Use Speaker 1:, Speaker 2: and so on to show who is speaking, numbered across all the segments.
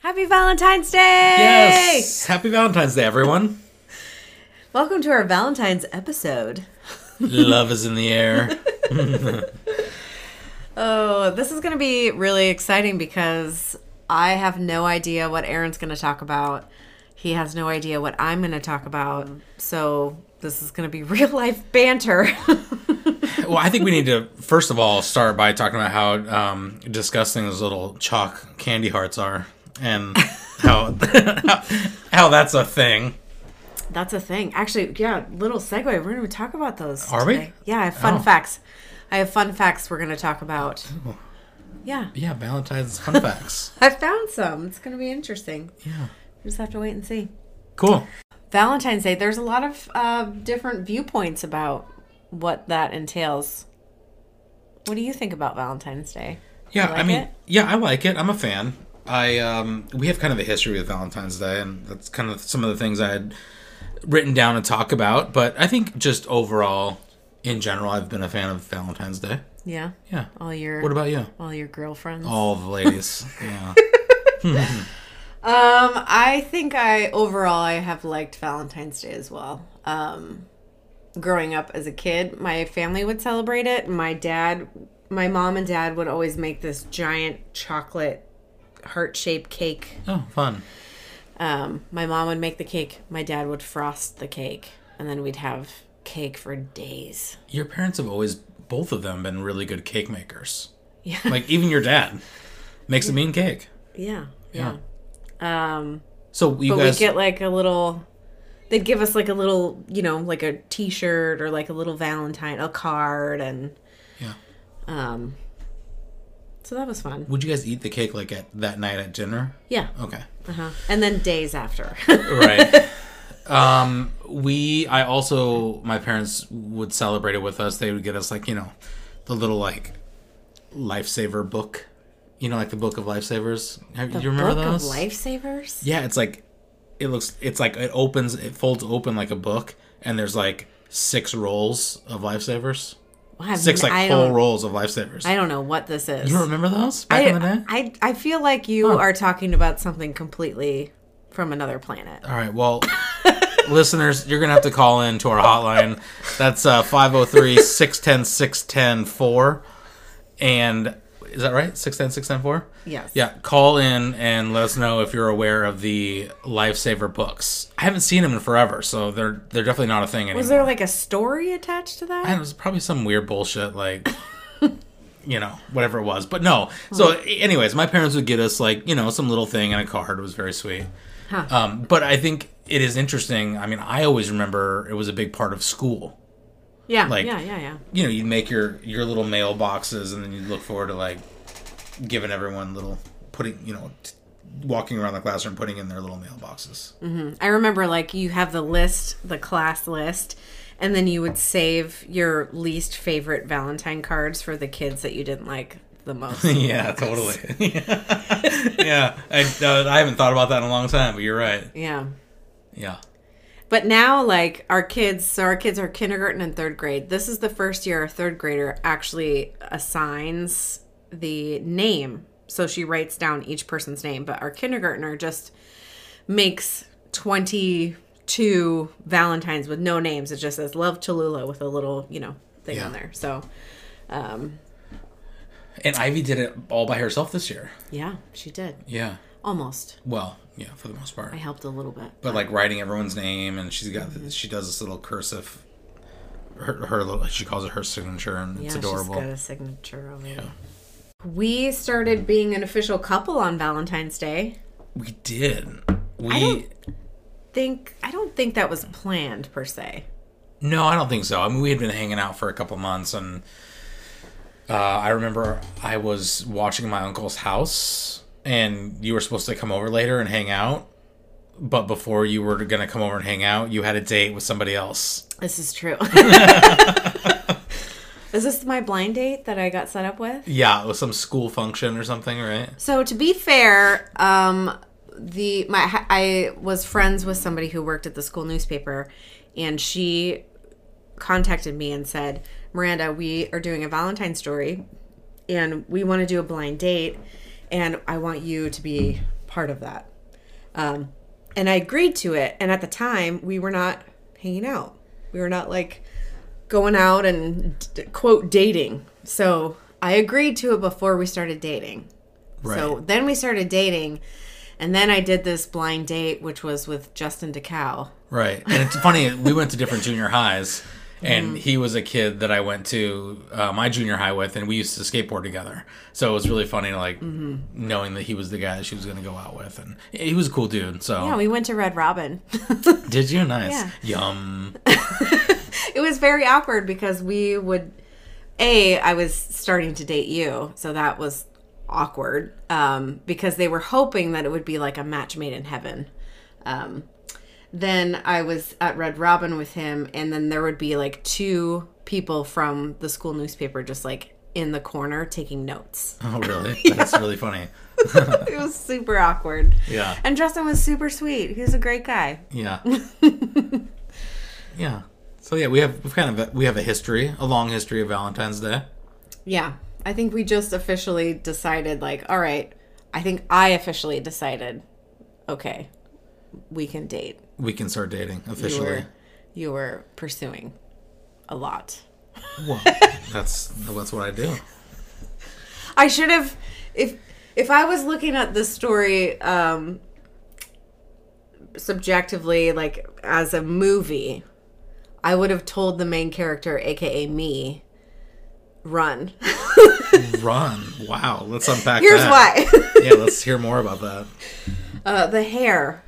Speaker 1: Happy Valentine's Day!
Speaker 2: Yes. Happy Valentine's Day, everyone.
Speaker 1: Welcome to our Valentine's episode.
Speaker 2: Love is in the air.
Speaker 1: Oh, this is going to be really exciting because I have no idea what Aaron's going to talk about. He has no idea what I'm going to talk about. So this is going to be real life banter.
Speaker 2: Well, I think we need to first of all start by talking about how um, disgusting those little chalk candy hearts are, and how how that's a thing.
Speaker 1: That's a thing. Actually, yeah, little segue. We're going to talk about those.
Speaker 2: Are we?
Speaker 1: today. Yeah, I have fun
Speaker 2: Oh.
Speaker 1: facts. I have fun facts we're going to talk about. Yeah.
Speaker 2: Yeah, Valentine's fun facts.
Speaker 1: I found some. It's going to be interesting.
Speaker 2: Yeah,
Speaker 1: We just have to wait and see.
Speaker 2: cool.
Speaker 1: Valentine's Day, there's a lot of uh, different viewpoints about what that entails. What do you think about Valentine's Day?
Speaker 2: Yeah,
Speaker 1: You like
Speaker 2: I mean,
Speaker 1: it?
Speaker 2: yeah, I like it. I'm a fan. I um, we have kind of a history with Valentine's Day, and that's kind of some of the things I had written down to talk about. But I think just overall, in general, I've been a fan of Valentine's Day.
Speaker 1: Yeah,
Speaker 2: Yeah.
Speaker 1: all your
Speaker 2: What about Oh. you?
Speaker 1: all your girlfriends.
Speaker 2: All the ladies. yeah.
Speaker 1: Um, I think I overall I have liked Valentine's Day as well. Um, growing up as a kid, my family would celebrate it. My dad, my mom and dad would always make this giant chocolate heart shaped cake
Speaker 2: Oh, fun.
Speaker 1: Um, my mom would make the cake. My dad would frost the cake, and then we'd have cake for days.
Speaker 2: Your parents have always, both of them, been really good cake makers.
Speaker 1: Yeah.
Speaker 2: Like even your dad makes a mean cake.
Speaker 1: Yeah,
Speaker 2: Yeah.
Speaker 1: yeah. Um,
Speaker 2: So you
Speaker 1: but
Speaker 2: guys,
Speaker 1: we get like a little. They'd give us like a little, you know, like a T-shirt or like a little Valentine, a card, and
Speaker 2: yeah.
Speaker 1: um. So that was fun.
Speaker 2: Would you guys eat the cake like at that night at dinner?
Speaker 1: Yeah.
Speaker 2: Okay.
Speaker 1: Uh-huh. And then days after.
Speaker 2: Right. um, we, I also, my parents would celebrate it with us. They would get us like you know, the little like lifesaver book. You know, like the book of lifesavers. Have, do you remember
Speaker 1: Book of
Speaker 2: those?
Speaker 1: lifesavers.
Speaker 2: Yeah, it's like it looks it's like it opens it folds open like a book and there's like six rolls of lifesavers.
Speaker 1: Wow, I've
Speaker 2: Six
Speaker 1: n-
Speaker 2: like
Speaker 1: I
Speaker 2: full
Speaker 1: don't-
Speaker 2: rolls of lifesavers.
Speaker 1: I don't know what this is.
Speaker 2: you don't remember those back in the
Speaker 1: I,
Speaker 2: day?
Speaker 1: I I feel like you
Speaker 2: Huh.
Speaker 1: are talking about something completely from another planet.
Speaker 2: All right, well listeners, you're going to have to call in to our hotline. That's uh 503-610-6104 and is that right? 610-610-4?
Speaker 1: Yes.
Speaker 2: Yeah, call in and let us know if you're aware of the lifesaver books. I haven't seen them in forever, so they're they're definitely not a thing anymore.
Speaker 1: Was there like a story attached to
Speaker 2: I don't
Speaker 1: that?
Speaker 2: know, it was probably some weird bullshit, like, you know, whatever it was. But no. So, anyways, my parents would get us, like, you know, some little thing and a card. It was very sweet.
Speaker 1: Huh.
Speaker 2: Um, but I think it is interesting. I mean, I always remember it was a big part of school.
Speaker 1: Yeah.
Speaker 2: like-
Speaker 1: yeah. Yeah. Yeah.
Speaker 2: You know, you'd make your, your little mailboxes and then you'd look forward to, like, giving everyone little, putting, you know, t- walking around the classroom, putting in their little mailboxes.
Speaker 1: I remember like you have the list, the class list, and then you would save your least favorite Valentine cards for the kids that you didn't like the most.
Speaker 2: yeah, totally. yeah. I, uh, I haven't thought about that in a long time, but you're right.
Speaker 1: yeah.
Speaker 2: Yeah.
Speaker 1: But now, like our kids, so our kids are kindergarten and third grade. This is the first year a third grader actually assigns the name. So she writes down each person's name, but our kindergartner just makes 22 Valentines with no names. It just says Love Cholula with a little, you know, thing
Speaker 2: Yeah.
Speaker 1: on there. So, um,
Speaker 2: And Ivy did it all by herself this year.
Speaker 1: yeah, she did.
Speaker 2: Yeah.
Speaker 1: Almost.
Speaker 2: Well, yeah, for the most part.
Speaker 1: I Mm-hmm. helped a little bit.
Speaker 2: But like writing everyone's name, and she's got she does this little cursive. Her, her little she calls it her signature, and it's
Speaker 1: Yeah,
Speaker 2: adorable.
Speaker 1: She's got a signature over there. We started being an official couple on Valentine's Day.
Speaker 2: We did.
Speaker 1: I
Speaker 2: We
Speaker 1: don't think I don't think that was planned per se.
Speaker 2: no, I don't think so. I mean, we had been hanging out for a couple months, and uh, I remember I was watching my uncle's house, and you were supposed to come over later and hang out. But before you were gonna come over and hang out, you had a date with somebody else.
Speaker 1: This is true. is this my blind date that I got set up with?
Speaker 2: Yeah, it was some school function or something, right?
Speaker 1: So to be fair, um, the my I was friends with somebody who worked at the school newspaper, and she contacted me and said, Miranda, we are doing a Valentine story and we want to do a blind date and I want you to be part of that. Um, and I agreed to it. And at the time, we were not hanging out. We were not like going out and d- quote dating. So I agreed to it before we started dating. So
Speaker 2: Right.
Speaker 1: then we started dating. And then I did this blind date, which was with Justin DeCow.
Speaker 2: Right. And it's funny, we went to different junior highs,
Speaker 1: Mm-hmm.
Speaker 2: and he was a kid that I went to uh, my junior high with, and we used to skateboard together. So it was really funny, like,
Speaker 1: Mm-hmm.
Speaker 2: knowing that he was the guy that she was going to go out with. And he was a cool dude. So,
Speaker 1: Yeah, we went to Red Robin.
Speaker 2: did you? Nice.
Speaker 1: Yeah.
Speaker 2: Yum.
Speaker 1: it was very awkward because we would a i was starting to date you so that was awkward um, because they were hoping that it would be like a match made in heaven um, then i was at red robin with him and then there would be like two people from the school newspaper just like in the corner taking notes
Speaker 2: Oh, really? That's really funny.
Speaker 1: it was super awkward
Speaker 2: Yeah.
Speaker 1: and justin was super sweet he was a great guy
Speaker 2: Yeah. yeah. So yeah, we have we've kind of we have a history, a long history of Valentine's Day.
Speaker 1: Yeah. I think we just officially decided, like, all right, I think I officially decided, okay, we can date.
Speaker 2: We can start dating
Speaker 1: You
Speaker 2: officially.
Speaker 1: were, you were pursuing a lot.
Speaker 2: Well, that's that's what I do.
Speaker 1: I should have, if, if I was looking at this story um, subjectively, like as a movie, I would have told the main character, aka me, run.
Speaker 2: Run. Wow. Let's unpack
Speaker 1: Here's
Speaker 2: that.
Speaker 1: why
Speaker 2: yeah, let's hear more about that.
Speaker 1: uh, the hair,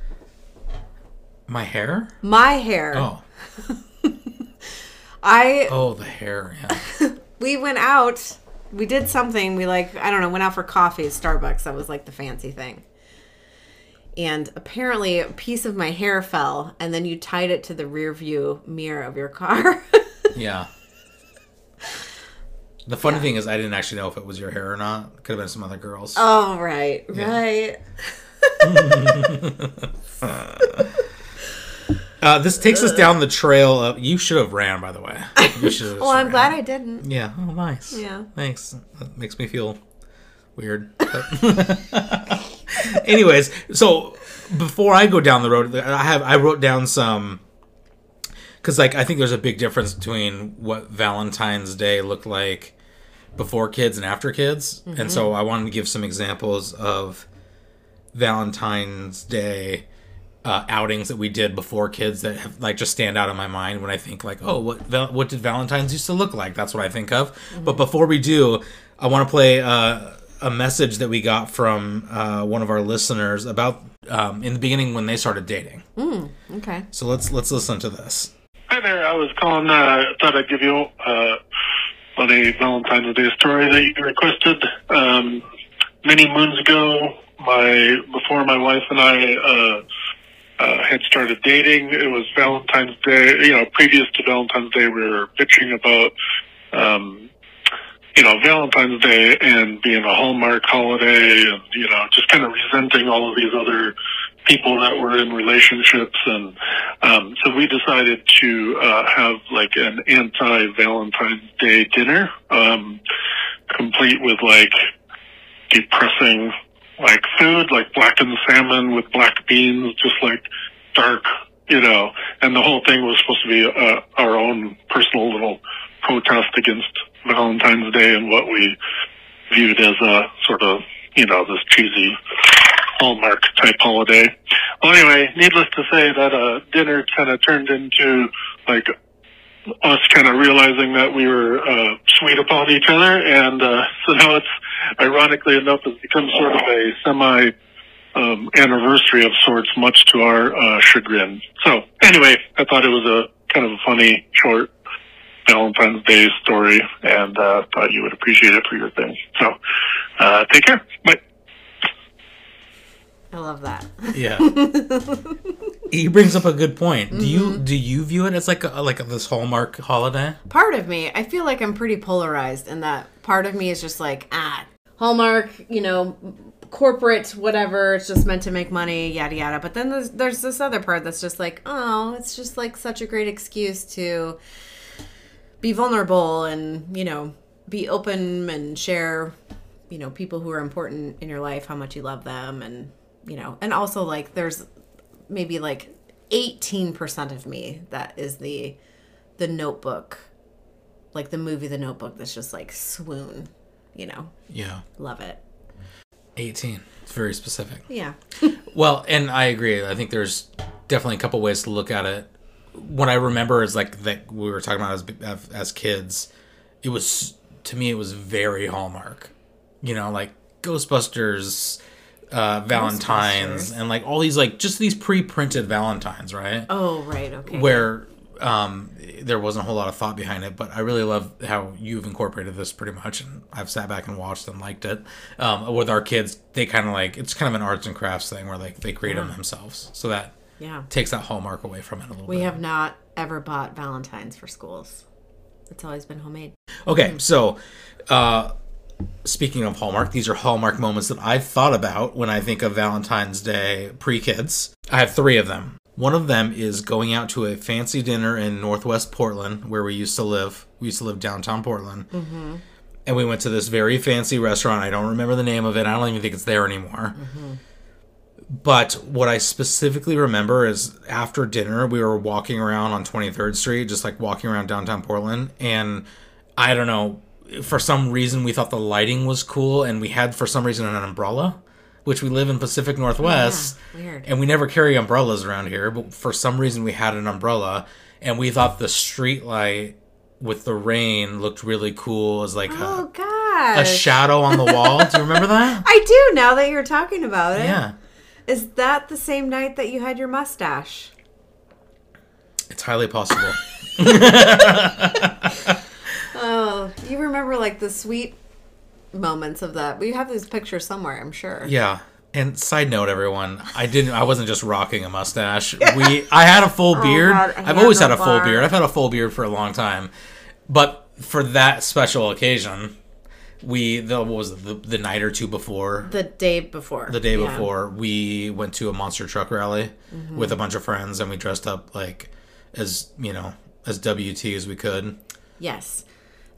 Speaker 2: My hair?
Speaker 1: my hair.
Speaker 2: Oh.
Speaker 1: I
Speaker 2: Oh, the hair. Yeah.
Speaker 1: we went out we did something we like i don't know went out for coffee at starbucks that was like the fancy thing and apparently a piece of my hair fell and then you tied it to the rear view mirror of your car
Speaker 2: Yeah. The funny thing is I didn't actually know if it was your hair or not. Could have been some other girls.
Speaker 1: oh right right
Speaker 2: Uh, this takes us down the trail of you should have ran by the way. You should have
Speaker 1: well i'm
Speaker 2: ran.
Speaker 1: glad i didn't
Speaker 2: Yeah. Oh, nice.
Speaker 1: Yeah.
Speaker 2: Thanks. That makes me feel weird. Anyways, so before I go down the road, I have I wrote down some because like I think there's a big difference between what Valentine's Day looked like before kids and after kids, and so I wanted to give some examples of Valentine's Day. Uh, outings that we did before kids that have like just stand out in my mind when I think like oh what val- what did Valentine's used to look like that's what I think of but before we do I want to play uh, a message that we got from uh, one of our listeners about um, in the beginning when they started dating
Speaker 1: okay
Speaker 2: so let's let's listen to this
Speaker 3: Hi there. I was calling. Uh, I thought I'd give you uh, on a Valentine's Day story that you requested. Um, many moons ago, my before my wife and I uh, uh, had started dating, it was Valentine's Day. You know, previous to Valentine's Day, we were bitching about um, you know Valentine's Day and being a Hallmark holiday, and you know, just kind of resenting all of these other people that were in relationships and um, so we decided to uh, have like an anti Valentine's Day dinner, um, complete with like depressing like food, like blackened salmon with black beans, just like dark, you know. And the whole thing was supposed to be uh, our own personal little protest against Valentine's Day and what we viewed as a sort of, you know, this cheesy Hallmark type holiday. Well, anyway, needless to say that uh, dinner kind of turned into like us kind of realizing that we were uh, sweet upon each other, and uh, so now it's ironically enough has become sort of a semi um, anniversary of sorts, much to our uh, chagrin. So anyway, I thought it was a kind of a funny short. Valentine's Day story, and uh, thought you would appreciate it for your thing. So, uh, take care. Bye.
Speaker 1: i love that
Speaker 2: yeah he brings up a good point do you do you view it as like a, like this Hallmark holiday
Speaker 1: part of me i feel like i'm pretty polarized in that part of me is just like ah hallmark you know corporate whatever it's just meant to make money yada yada but then there's, there's this other part that's just like oh it's just like such a great excuse to be vulnerable and you know be open and share you know people who are important in your life how much you love them and you know and also like there's maybe like 18% of me that is the the notebook like the movie the notebook that's just like swoon you know
Speaker 2: Yeah.
Speaker 1: love it
Speaker 2: 18. It's very specific.
Speaker 1: yeah
Speaker 2: Well, and I agree. I think there's definitely a couple ways to look at it. What I remember is like that we were talking about as as kids. It was to me, it was very Hallmark. You know, like Ghostbusters, uh, Valentines,
Speaker 1: Ghostbusters.
Speaker 2: and like all these like just these pre-printed Valentines, right?
Speaker 1: oh right okay
Speaker 2: Where um, there wasn't a whole lot of thought behind it, but I really love how you've incorporated this pretty much, and I've sat back and watched and liked it. Um, with our kids, they kind of like it's kind of an arts and crafts thing where like they create them themselves, so that
Speaker 1: yeah
Speaker 2: takes that hallmark away from it a little
Speaker 1: we
Speaker 2: bit.
Speaker 1: have not ever bought valentines for schools it's always been homemade
Speaker 2: Okay, so uh, speaking of Hallmark, these are Hallmark moments that I've thought about when I think of Valentine's Day pre kids. I have three of them. One of them is going out to a fancy dinner in Northwest Portland, where we used to live. We used to live downtown Portland. And we went to this very fancy restaurant. I don't remember the name of it. I don't even think it's there anymore. But what I specifically remember is after dinner, we were walking around on 23rd Street, just like walking around downtown Portland. And I don't know, for some reason, we thought the lighting was cool. And we had, for some reason, an umbrella, which we live in Pacific Northwest.
Speaker 1: weird.
Speaker 2: And we never carry umbrellas around here. But for some reason, we had an umbrella. And we thought the street light with the rain looked really cool as like
Speaker 1: oh
Speaker 2: a,
Speaker 1: god
Speaker 2: a shadow on the wall. Do you remember that?
Speaker 1: i do now that you're talking about it
Speaker 2: Yeah.
Speaker 1: Is that the same night that you had your mustache?
Speaker 2: It's highly possible.
Speaker 1: Oh, you remember like the sweet moments of that. We have these pictures somewhere, I'm sure.
Speaker 2: Yeah. And side note, everyone, I didn't. I wasn't just rocking a mustache. We, I had a full beard.
Speaker 1: Oh, God, a
Speaker 2: I've always had a full
Speaker 1: handlebar.
Speaker 2: beard. I've had a full beard for a long time, but for that special occasion, we the what was it, the, the night or two before,
Speaker 1: The day before.
Speaker 2: the day
Speaker 1: Yeah. Mm-hmm.
Speaker 2: before, we went to a monster truck rally with a bunch of friends, and we dressed up like as you know as WT as we could.
Speaker 1: Yes.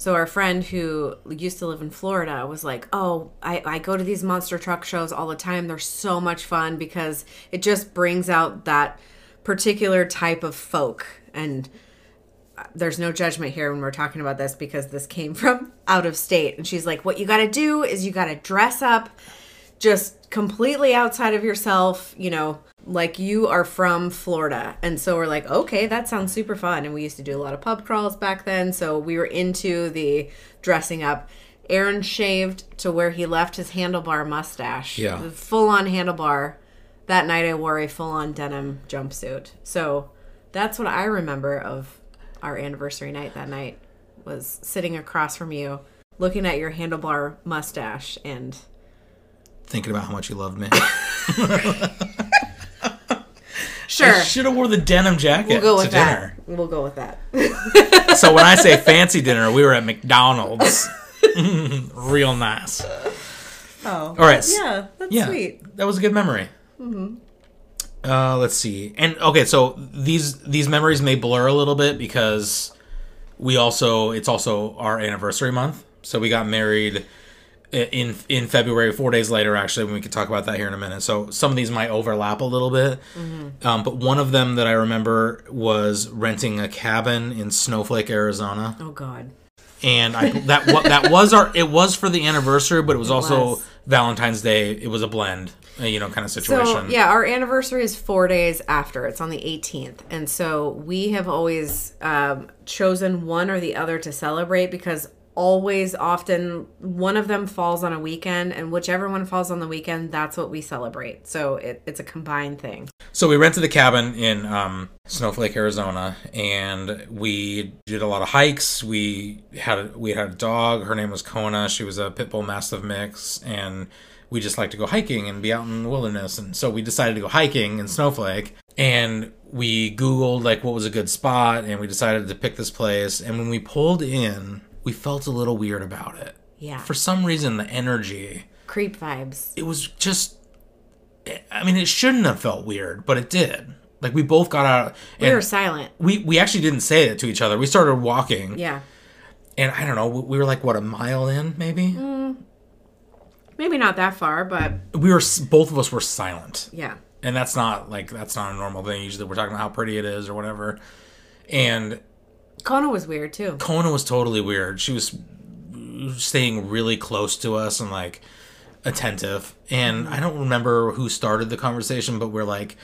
Speaker 1: So our friend who used to live in Florida was like, "Oh, I, I go to these monster truck shows all the time. They're so much fun because it just brings out that particular type of folk." And uh, there's no judgment here when we're talking about this because this came from out of state. And she's like, "What you got to do is you got to dress up just completely outside of yourself, you know, like you are from Florida. And so we're like, okay, that sounds super fun. And we used to do a lot of pub crawls back then. So we were into the dressing up. Aaron shaved to where he left his handlebar mustache.
Speaker 2: Yeah.
Speaker 1: Full on handlebar. That night I wore a full on denim jumpsuit. So that's what I remember of our anniversary night that night was sitting across from you, looking at your handlebar mustache and
Speaker 2: Thinking about how much you loved me.
Speaker 1: sure
Speaker 2: Should have wore the denim jacket
Speaker 1: We'll go with
Speaker 2: to dinner.
Speaker 1: that. We'll go with that.
Speaker 2: So when I say fancy dinner, we were at McDonald's. Real nice.
Speaker 1: Oh.
Speaker 2: All right.
Speaker 1: Yeah, that's
Speaker 2: Yeah.
Speaker 1: sweet.
Speaker 2: That was a good memory. Uh, let's see. And okay, so these these memories may blur a little bit because we also it's also our anniversary month. So we got married i- in in February, four days later. Actually, when we could talk about that here in a minute. So some of these might overlap a little bit. Um, but one of them that I remember was renting a cabin in Snowflake, Arizona
Speaker 1: Oh God.
Speaker 2: and I that wa- that was our it was for the anniversary, but it was also
Speaker 1: was.
Speaker 2: Valentine's Day. It was a blend, uh, you know, kind of situation.
Speaker 1: So yeah, our anniversary is four days after. It's on the 18th, and so we have always um, chosen one or the other to celebrate because always, often one of them falls on a weekend, and whichever one falls on the weekend, that's what we celebrate. So it, it's a combined thing.
Speaker 2: So we rented the cabin in um, Snowflake, Arizona, and we did a lot of hikes. We had a, we had a dog. Her name was Kona. She was a pit bull mastiff mix, and we just like to go hiking and be out in the wilderness. And so we decided to go hiking in Snowflake, and we googled like what was a good spot, and we decided to pick this place. And when we pulled in, we felt a little weird about it.
Speaker 1: Yeah.
Speaker 2: For some reason, the energy
Speaker 1: Creep vibes.
Speaker 2: it was just i mean it shouldn't have felt weird but it did Like we both got out.
Speaker 1: We
Speaker 2: and
Speaker 1: were silent.
Speaker 2: we we actually didn't say it to each other. We started walking,
Speaker 1: Yeah.
Speaker 2: and I don't know. We we were like what a mile in, maybe.
Speaker 1: Maybe not that far, but
Speaker 2: We were s- both of us were silent,
Speaker 1: yeah.
Speaker 2: and that's not like that's not a normal thing. Usually, we're talking about how pretty it is or whatever. And
Speaker 1: Kona was weird too.
Speaker 2: Kona was totally weird. She was staying really close to us and like attentive. And I don't remember who started the conversation, but we're like,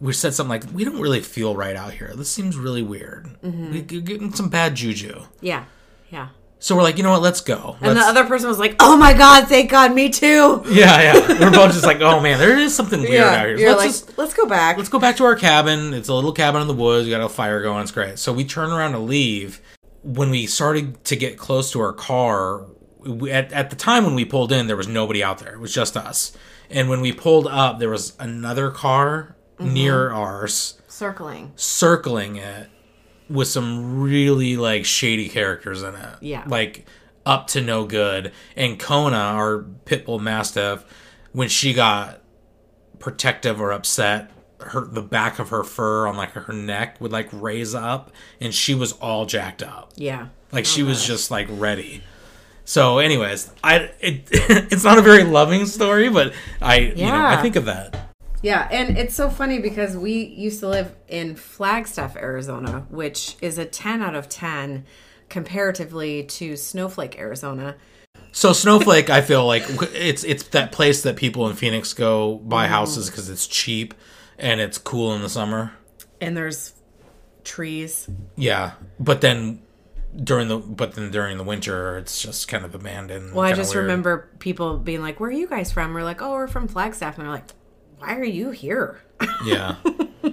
Speaker 2: we said something like, "We don't really feel right out here. This seems really weird.
Speaker 1: Mm-hmm.
Speaker 2: We, are getting some bad juju."
Speaker 1: Yeah. Yeah.
Speaker 2: So we're like, you know what? Let's go.
Speaker 1: And the
Speaker 2: Let's-
Speaker 1: other person was like, "Oh my god, thank God, me too."
Speaker 2: yeah, yeah. We're both just like, oh man, there is something weird out here. So
Speaker 1: you're
Speaker 2: Let's
Speaker 1: like,
Speaker 2: just
Speaker 1: let's go back.
Speaker 2: let's go back to our cabin. It's a little cabin in the woods. We got a fire going. It's great. So we turn around to leave. When we started to get close to our car, we, at, at the time when we pulled in, there was nobody out there. It was just us. And when we pulled up, there was another car near ours
Speaker 1: Circling.
Speaker 2: circling it with some really like shady characters in it.
Speaker 1: Yeah.
Speaker 2: Like up to no good. And Kona, our pit bull mastiff, when she got protective or upset, her the back of her fur on like her neck would like raise up and she was all jacked up.
Speaker 1: Yeah.
Speaker 2: Like
Speaker 1: Oh,
Speaker 2: she was just like ready. So anyways, I it, it's not a very loving story, but I you know, I
Speaker 1: Yeah.
Speaker 2: think of that.
Speaker 1: Yeah, and it's so funny because we used to live in Flagstaff, Arizona, which is a 10 out of 10 comparatively to Snowflake, Arizona.
Speaker 2: So Snowflake, I feel like it's it's that place that people in Phoenix go
Speaker 1: Mm.
Speaker 2: buy houses because it's cheap and it's cool in the summer.
Speaker 1: And there's trees.
Speaker 2: Yeah, but then during the but then during the winter, it's just kind of abandoned.
Speaker 1: Well, I just remember people being like, Where are you guys from? We're like, Oh, we're from Flagstaff. And they're like, Why are you here?
Speaker 2: Yeah. All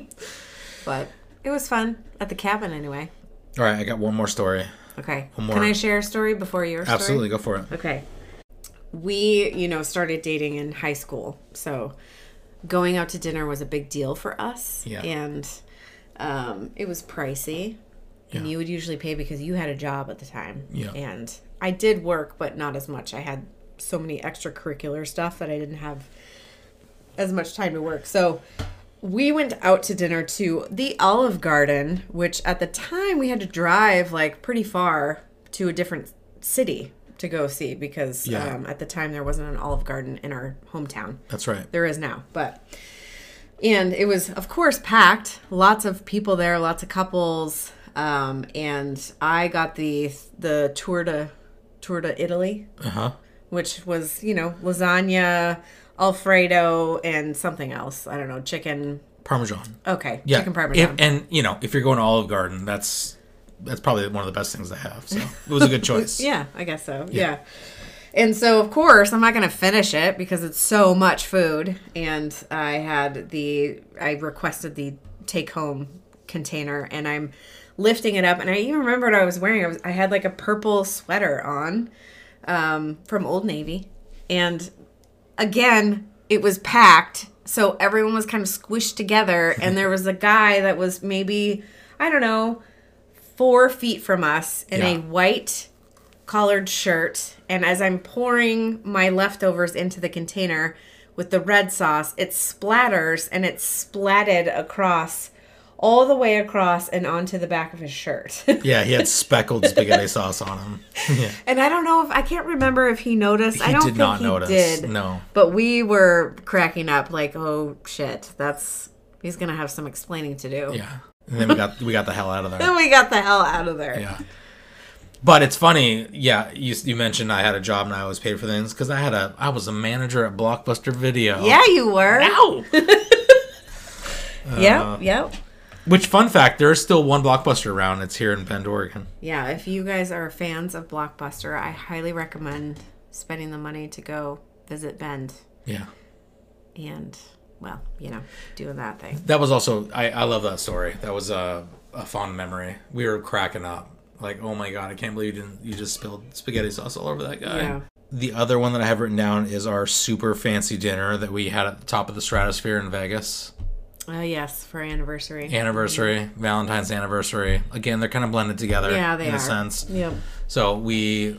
Speaker 1: But it was fun at the cabin anyway.
Speaker 2: right, I got one more story.
Speaker 1: Okay.
Speaker 2: more.
Speaker 1: Can I share a story before your story?
Speaker 2: Absolutely, go for it.
Speaker 1: Okay. We, you know, started dating in high school. So going out to dinner was a big deal for us.
Speaker 2: Yeah.
Speaker 1: And um, it was pricey. And you would usually pay because you had a job at the time.
Speaker 2: Yeah.
Speaker 1: And I did work, but not as much. I had so many extracurricular stuff that I didn't have as much time to work. So we went out to dinner to the Olive Garden, which at the time we had to drive like pretty far to a different city to go see because
Speaker 2: Yeah.
Speaker 1: um, at the time there wasn't an Olive Garden in our hometown.
Speaker 2: That's right.
Speaker 1: There is now, but and it was of course packed. Lots of people there, lots of couples, um, and I got the the tour to tour to Italy,
Speaker 2: Uh huh.
Speaker 1: which was you know lasagna, Alfredo, and something else. I don't know chicken.
Speaker 2: Parmesan.
Speaker 1: Okay,
Speaker 2: Yeah.
Speaker 1: chicken parmesan.
Speaker 2: If- and you know, if you're going to Olive Garden, that's that's probably one of the best things they have. So it was a good choice.
Speaker 1: Yeah, I guess so. Yeah. And so, of course, I'm not going to finish it because it's so much food. And I had the, I requested the take home container and I'm lifting it up. And I even remember what I was wearing. I, was, I had like a purple sweater on um, from Old Navy. And again, it was packed. So everyone was kind of squished together. And there was a guy that was maybe, I don't know, four feet from us in
Speaker 2: Yeah.
Speaker 1: a white collared shirt. And as I'm pouring my leftovers into the container with the red sauce, it splatters and it splatted across, all the way across and onto the back of his shirt.
Speaker 2: Yeah, he had speckled spaghetti sauce on him. Yeah.
Speaker 1: and I don't know if, I can't remember if he noticed. I
Speaker 2: He
Speaker 1: don't
Speaker 2: did
Speaker 1: think
Speaker 2: not
Speaker 1: he
Speaker 2: notice.
Speaker 1: did.
Speaker 2: No.
Speaker 1: But we were cracking up, like, oh shit, that's he's gonna have some explaining to do.
Speaker 2: Yeah. And then we got we got the hell out of there.
Speaker 1: Then we got the hell out of there.
Speaker 2: Yeah. But it's funny, yeah. You, you mentioned I had a job and I always paid for things because I had a I was a manager at Blockbuster Video.
Speaker 1: Yeah, you were.
Speaker 2: Ow! Uh,
Speaker 1: yep, yep.
Speaker 2: Which fun fact? There is still one Blockbuster around. It's here in Bend, Oregon.
Speaker 1: Yeah, if you guys are fans of Blockbuster, I highly recommend spending the money to go visit Bend
Speaker 2: Yeah.
Speaker 1: and, well, you know, doing that thing.
Speaker 2: That was also I, I love that story. That was a, a fond memory. We were cracking up. Like, oh my god, I can't believe you didn't you just spilled spaghetti sauce all over that guy.
Speaker 1: Yeah.
Speaker 2: The other one that I have written down is our super fancy dinner that we had at the top of the stratosphere in Vegas.
Speaker 1: Oh, yes, for our anniversary.
Speaker 2: Anniversary, Valentine's anniversary. Again, they're kind of blended together
Speaker 1: Yeah, they
Speaker 2: in
Speaker 1: are.
Speaker 2: a sense.
Speaker 1: Yep.
Speaker 2: So we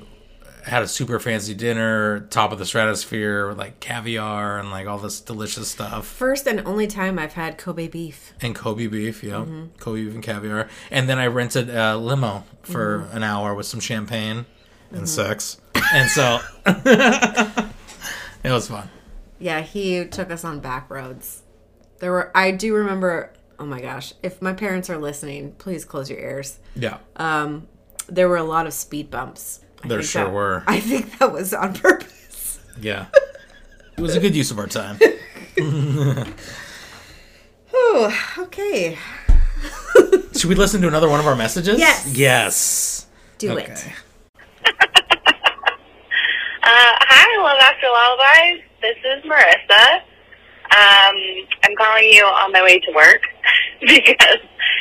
Speaker 2: had a super fancy dinner, top of the stratosphere, with, like caviar and like all this delicious stuff
Speaker 1: First and only time I've had Kobe beef.
Speaker 2: and Kobe beef, yeah,
Speaker 1: Mm-hmm.
Speaker 2: Kobe beef and caviar. And then I rented a limo for
Speaker 1: Mm-hmm.
Speaker 2: an hour with some champagne and sex, and so it was fun.
Speaker 1: Yeah, he took us on back roads. There were I do remember. Oh my gosh! If my parents are listening, please close your ears. Um,
Speaker 2: Yeah,
Speaker 1: Uh, There were a lot of speed bumps. I
Speaker 2: There
Speaker 1: think
Speaker 2: sure
Speaker 1: that-
Speaker 2: were.
Speaker 1: I think that was on purpose.
Speaker 2: yeah. It was a good use of our time.
Speaker 1: Whew, okay.
Speaker 2: Should we listen to another one of our messages?
Speaker 1: Yes.
Speaker 2: Yes.
Speaker 1: Do
Speaker 2: Okay.
Speaker 1: it.
Speaker 4: Uh, hi, Love After Lullabies. This is Marissa. Um, I'm calling you on my way to work because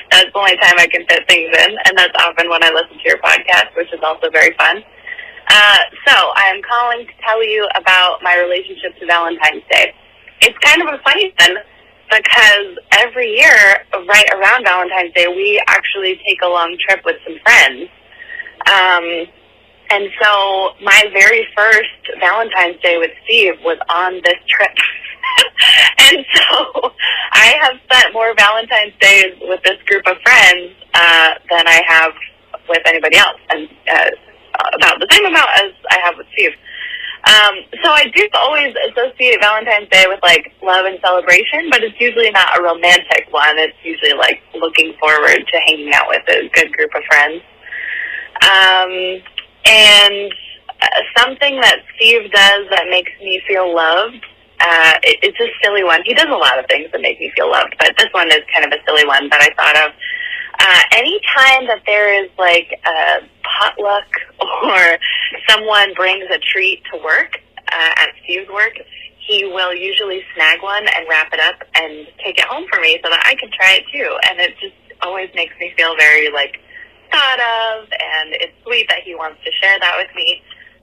Speaker 4: that's the only time I can fit things in, and that's often when I listen to your podcast, which is also very fun. Uh, so I'm calling to tell you about my relationship to Valentine's Day. It's kind of a funny one because every year, right around Valentine's Day, we actually take a long trip with some friends. Um, and so my very first Valentine's Day with Steve was on this trip. and so I have spent more Valentine's Days with this group of friends uh, than I have with anybody else, and uh, about the same amount as I have with Steve. Um, so I do always associate Valentine's Day with like love and celebration, but it's usually not a romantic one. It's usually like looking forward to hanging out with a good group of friends. Um, and uh, something that Steve does that makes me feel loved. Uh, it, it's a silly one. He does a lot of things that make me feel loved, but this one is kind of a silly one that I thought of. Uh, any time that there is like a potluck or someone brings a treat to work uh, at Steve's work, he will usually snag one and wrap it up and take it home for me so that I can try it too. And it just always makes me feel very like thought of, and it's sweet that he wants to share that with me.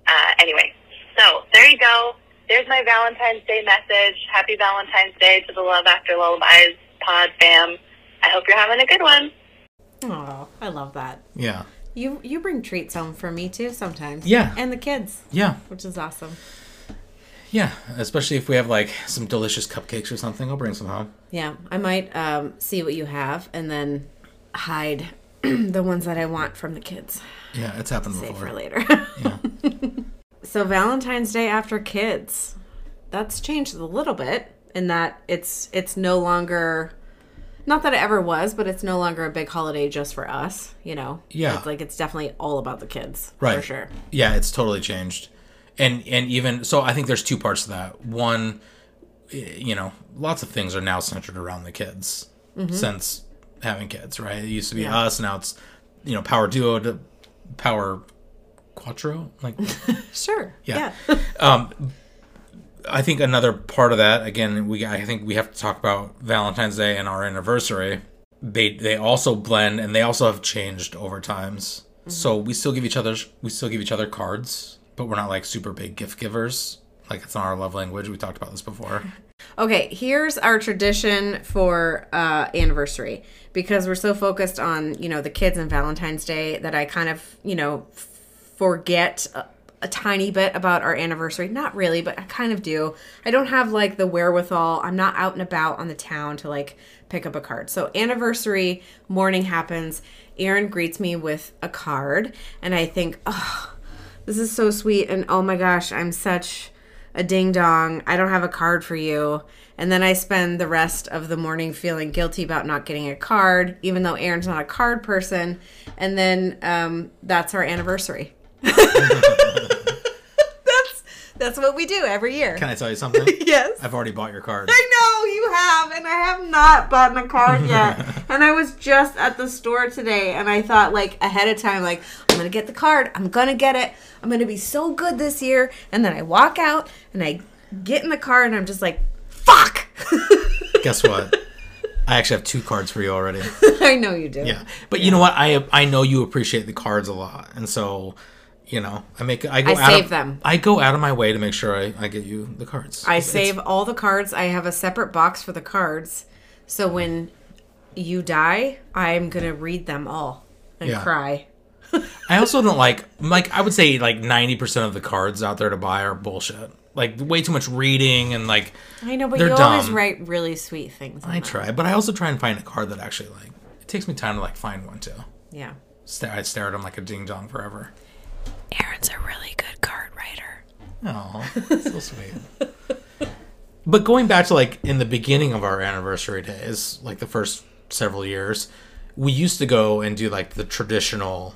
Speaker 4: Uh, anyway, so there you go. There's my Valentine's Day message. Happy Valentine's Day to the Love After Lullabies pod fam. I hope you're having a good one.
Speaker 1: Oh, I love that.
Speaker 2: Yeah.
Speaker 1: You you bring treats home for me too sometimes.
Speaker 2: Yeah.
Speaker 1: And the kids,
Speaker 2: Yeah.
Speaker 1: which is awesome.
Speaker 2: Yeah. Especially if we have like some delicious cupcakes or something, I'll bring some home.
Speaker 1: Yeah, I might um, see what you have and then hide the ones that I want from the kids.
Speaker 2: Yeah, it's happened
Speaker 1: Save for
Speaker 2: before.
Speaker 1: later.
Speaker 2: Yeah.
Speaker 1: so Valentine's Day after kids, that's changed a little bit in that it's it's no longer. Not that it ever was, but it's no longer a big holiday just for us, you know.
Speaker 2: Yeah.
Speaker 1: It's like it's definitely all about the kids. For
Speaker 2: Right.
Speaker 1: sure.
Speaker 2: Yeah, it's totally changed. And and even so I think there's two parts to that. One eh, you know, lots of things are now centered around the kids
Speaker 1: Mm-hmm.
Speaker 2: since having kids, right? It used to be us, now it's you know, power duo to power quattro, like
Speaker 1: Sure.
Speaker 2: Yeah.
Speaker 1: yeah.
Speaker 2: I think another part of that again we I think we have to talk about Valentine's Day and our anniversary. They they also blend and they also have changed over times. So we still give each other we still give each other cards, but we're not like super big gift givers. Like it's not our love language. We talked about this before.
Speaker 1: Okay, here's our tradition for uh, anniversary because we're so focused on you know the kids and Valentine's Day that I kind of you know f- forget a, a tiny bit about our anniversary. Not really, but I kind of do. I don't have like the wherewithal. I'm not out and about on the town to like pick up a card. So anniversary morning happens. Aaron greets me with a card, and I think, oh, this is so sweet and oh my gosh i'm such a ding dong i don't have a card for you and then i spend the rest of the morning feeling guilty about not getting a card even though aaron's not a card person and then um, that's our anniversary that's that's what we do every year
Speaker 2: Can I tell you something?
Speaker 1: yes
Speaker 2: I've already bought your card.
Speaker 1: I know you have, and I have not bought a card yet. and I was just at the store today, and I thought like ahead of time, like I'm gonna get the card. I'm gonna get it. I'm gonna be so good this year. And then I walk out, and I get in the car, and I'm just like, fuck.
Speaker 2: Guess what? I actually have two cards for you already.
Speaker 1: I know you do.
Speaker 2: Yeah, but you know what? I I know you appreciate the cards a lot, and so you know I make I go
Speaker 1: I
Speaker 2: out
Speaker 1: save
Speaker 2: of,
Speaker 1: them.
Speaker 2: I go out of my way to make sure I, I get you the cards.
Speaker 1: I
Speaker 2: It's-
Speaker 1: save all the cards. I have a separate box for the cards, so when you die, I'm gonna read them all and
Speaker 2: Yeah.
Speaker 1: cry.
Speaker 2: I also don't like like I would say like ninety percent of the cards out there to buy are bullshit. Like way too much reading and like
Speaker 1: I know, but
Speaker 2: They're
Speaker 1: you always
Speaker 2: dumb.
Speaker 1: write really sweet things. in
Speaker 2: I
Speaker 1: them.
Speaker 2: try, but I also try and find a card that I actually like. It takes me time to like find one too.
Speaker 1: Yeah.
Speaker 2: Stare, I stare at them like a ding dong forever.
Speaker 1: Aaron's a really good card writer.
Speaker 2: Oh, so sweet. but going back to like in the beginning of our anniversary days, like the first several years, we used to go and do like the traditional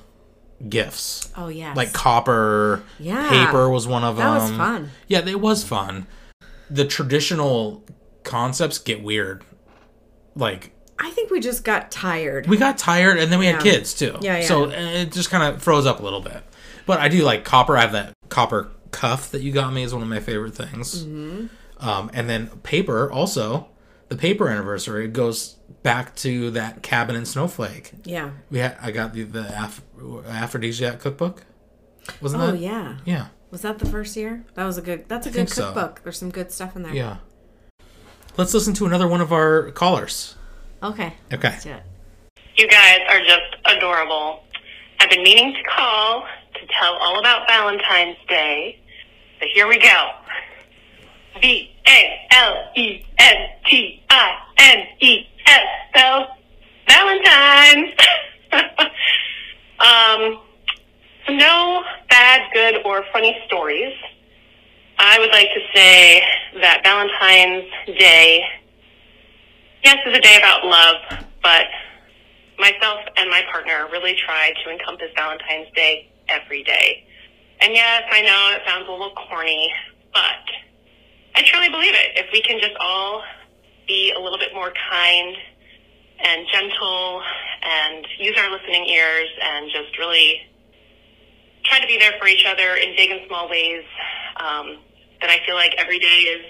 Speaker 2: gifts.
Speaker 1: Oh yes.
Speaker 2: Like copper,
Speaker 1: Yeah.
Speaker 2: paper was one of
Speaker 1: That
Speaker 2: them.
Speaker 1: was fun.
Speaker 2: Yeah, it was fun. The traditional concepts get weird. Like
Speaker 1: I think we just got tired.
Speaker 2: we got tired and then we had
Speaker 1: Yeah.
Speaker 2: kids too.
Speaker 1: Yeah, yeah.
Speaker 2: So uh, it just kind of froze up a little bit. But I do like copper. I have that copper cuff that you got me is one of my favorite things.
Speaker 1: Mm-hmm.
Speaker 2: Um, and then paper also. The paper anniversary goes back to that cabin and snowflake.
Speaker 1: yeah.
Speaker 2: We had I got the the Af- aphrodisiac cookbook. Wasn't
Speaker 1: Oh
Speaker 2: that?
Speaker 1: yeah.
Speaker 2: Yeah.
Speaker 1: Was that the first year? That was a good. That's a good
Speaker 2: think so.
Speaker 1: cookbook. There's some good stuff in there.
Speaker 2: Yeah. Let's listen to another one of our callers.
Speaker 1: Okay.
Speaker 2: Okay.
Speaker 1: Let's do it.
Speaker 4: You guys are just adorable. I've been meaning to call to tell all about Valentine's Day. So here we go. V A L E N T I N E S spells Valentine's. um, so no bad, good, or funny stories. I would like to say that Valentine's Day, yes, is a day about love, but myself and my partner really try to encompass Valentine's Day every day. And yes, I know it sounds a little corny, but I truly believe it. If we can just all be a little bit more kind and gentle and use our listening ears and just really try to be there for each other in big and small ways, um, then I feel like every day is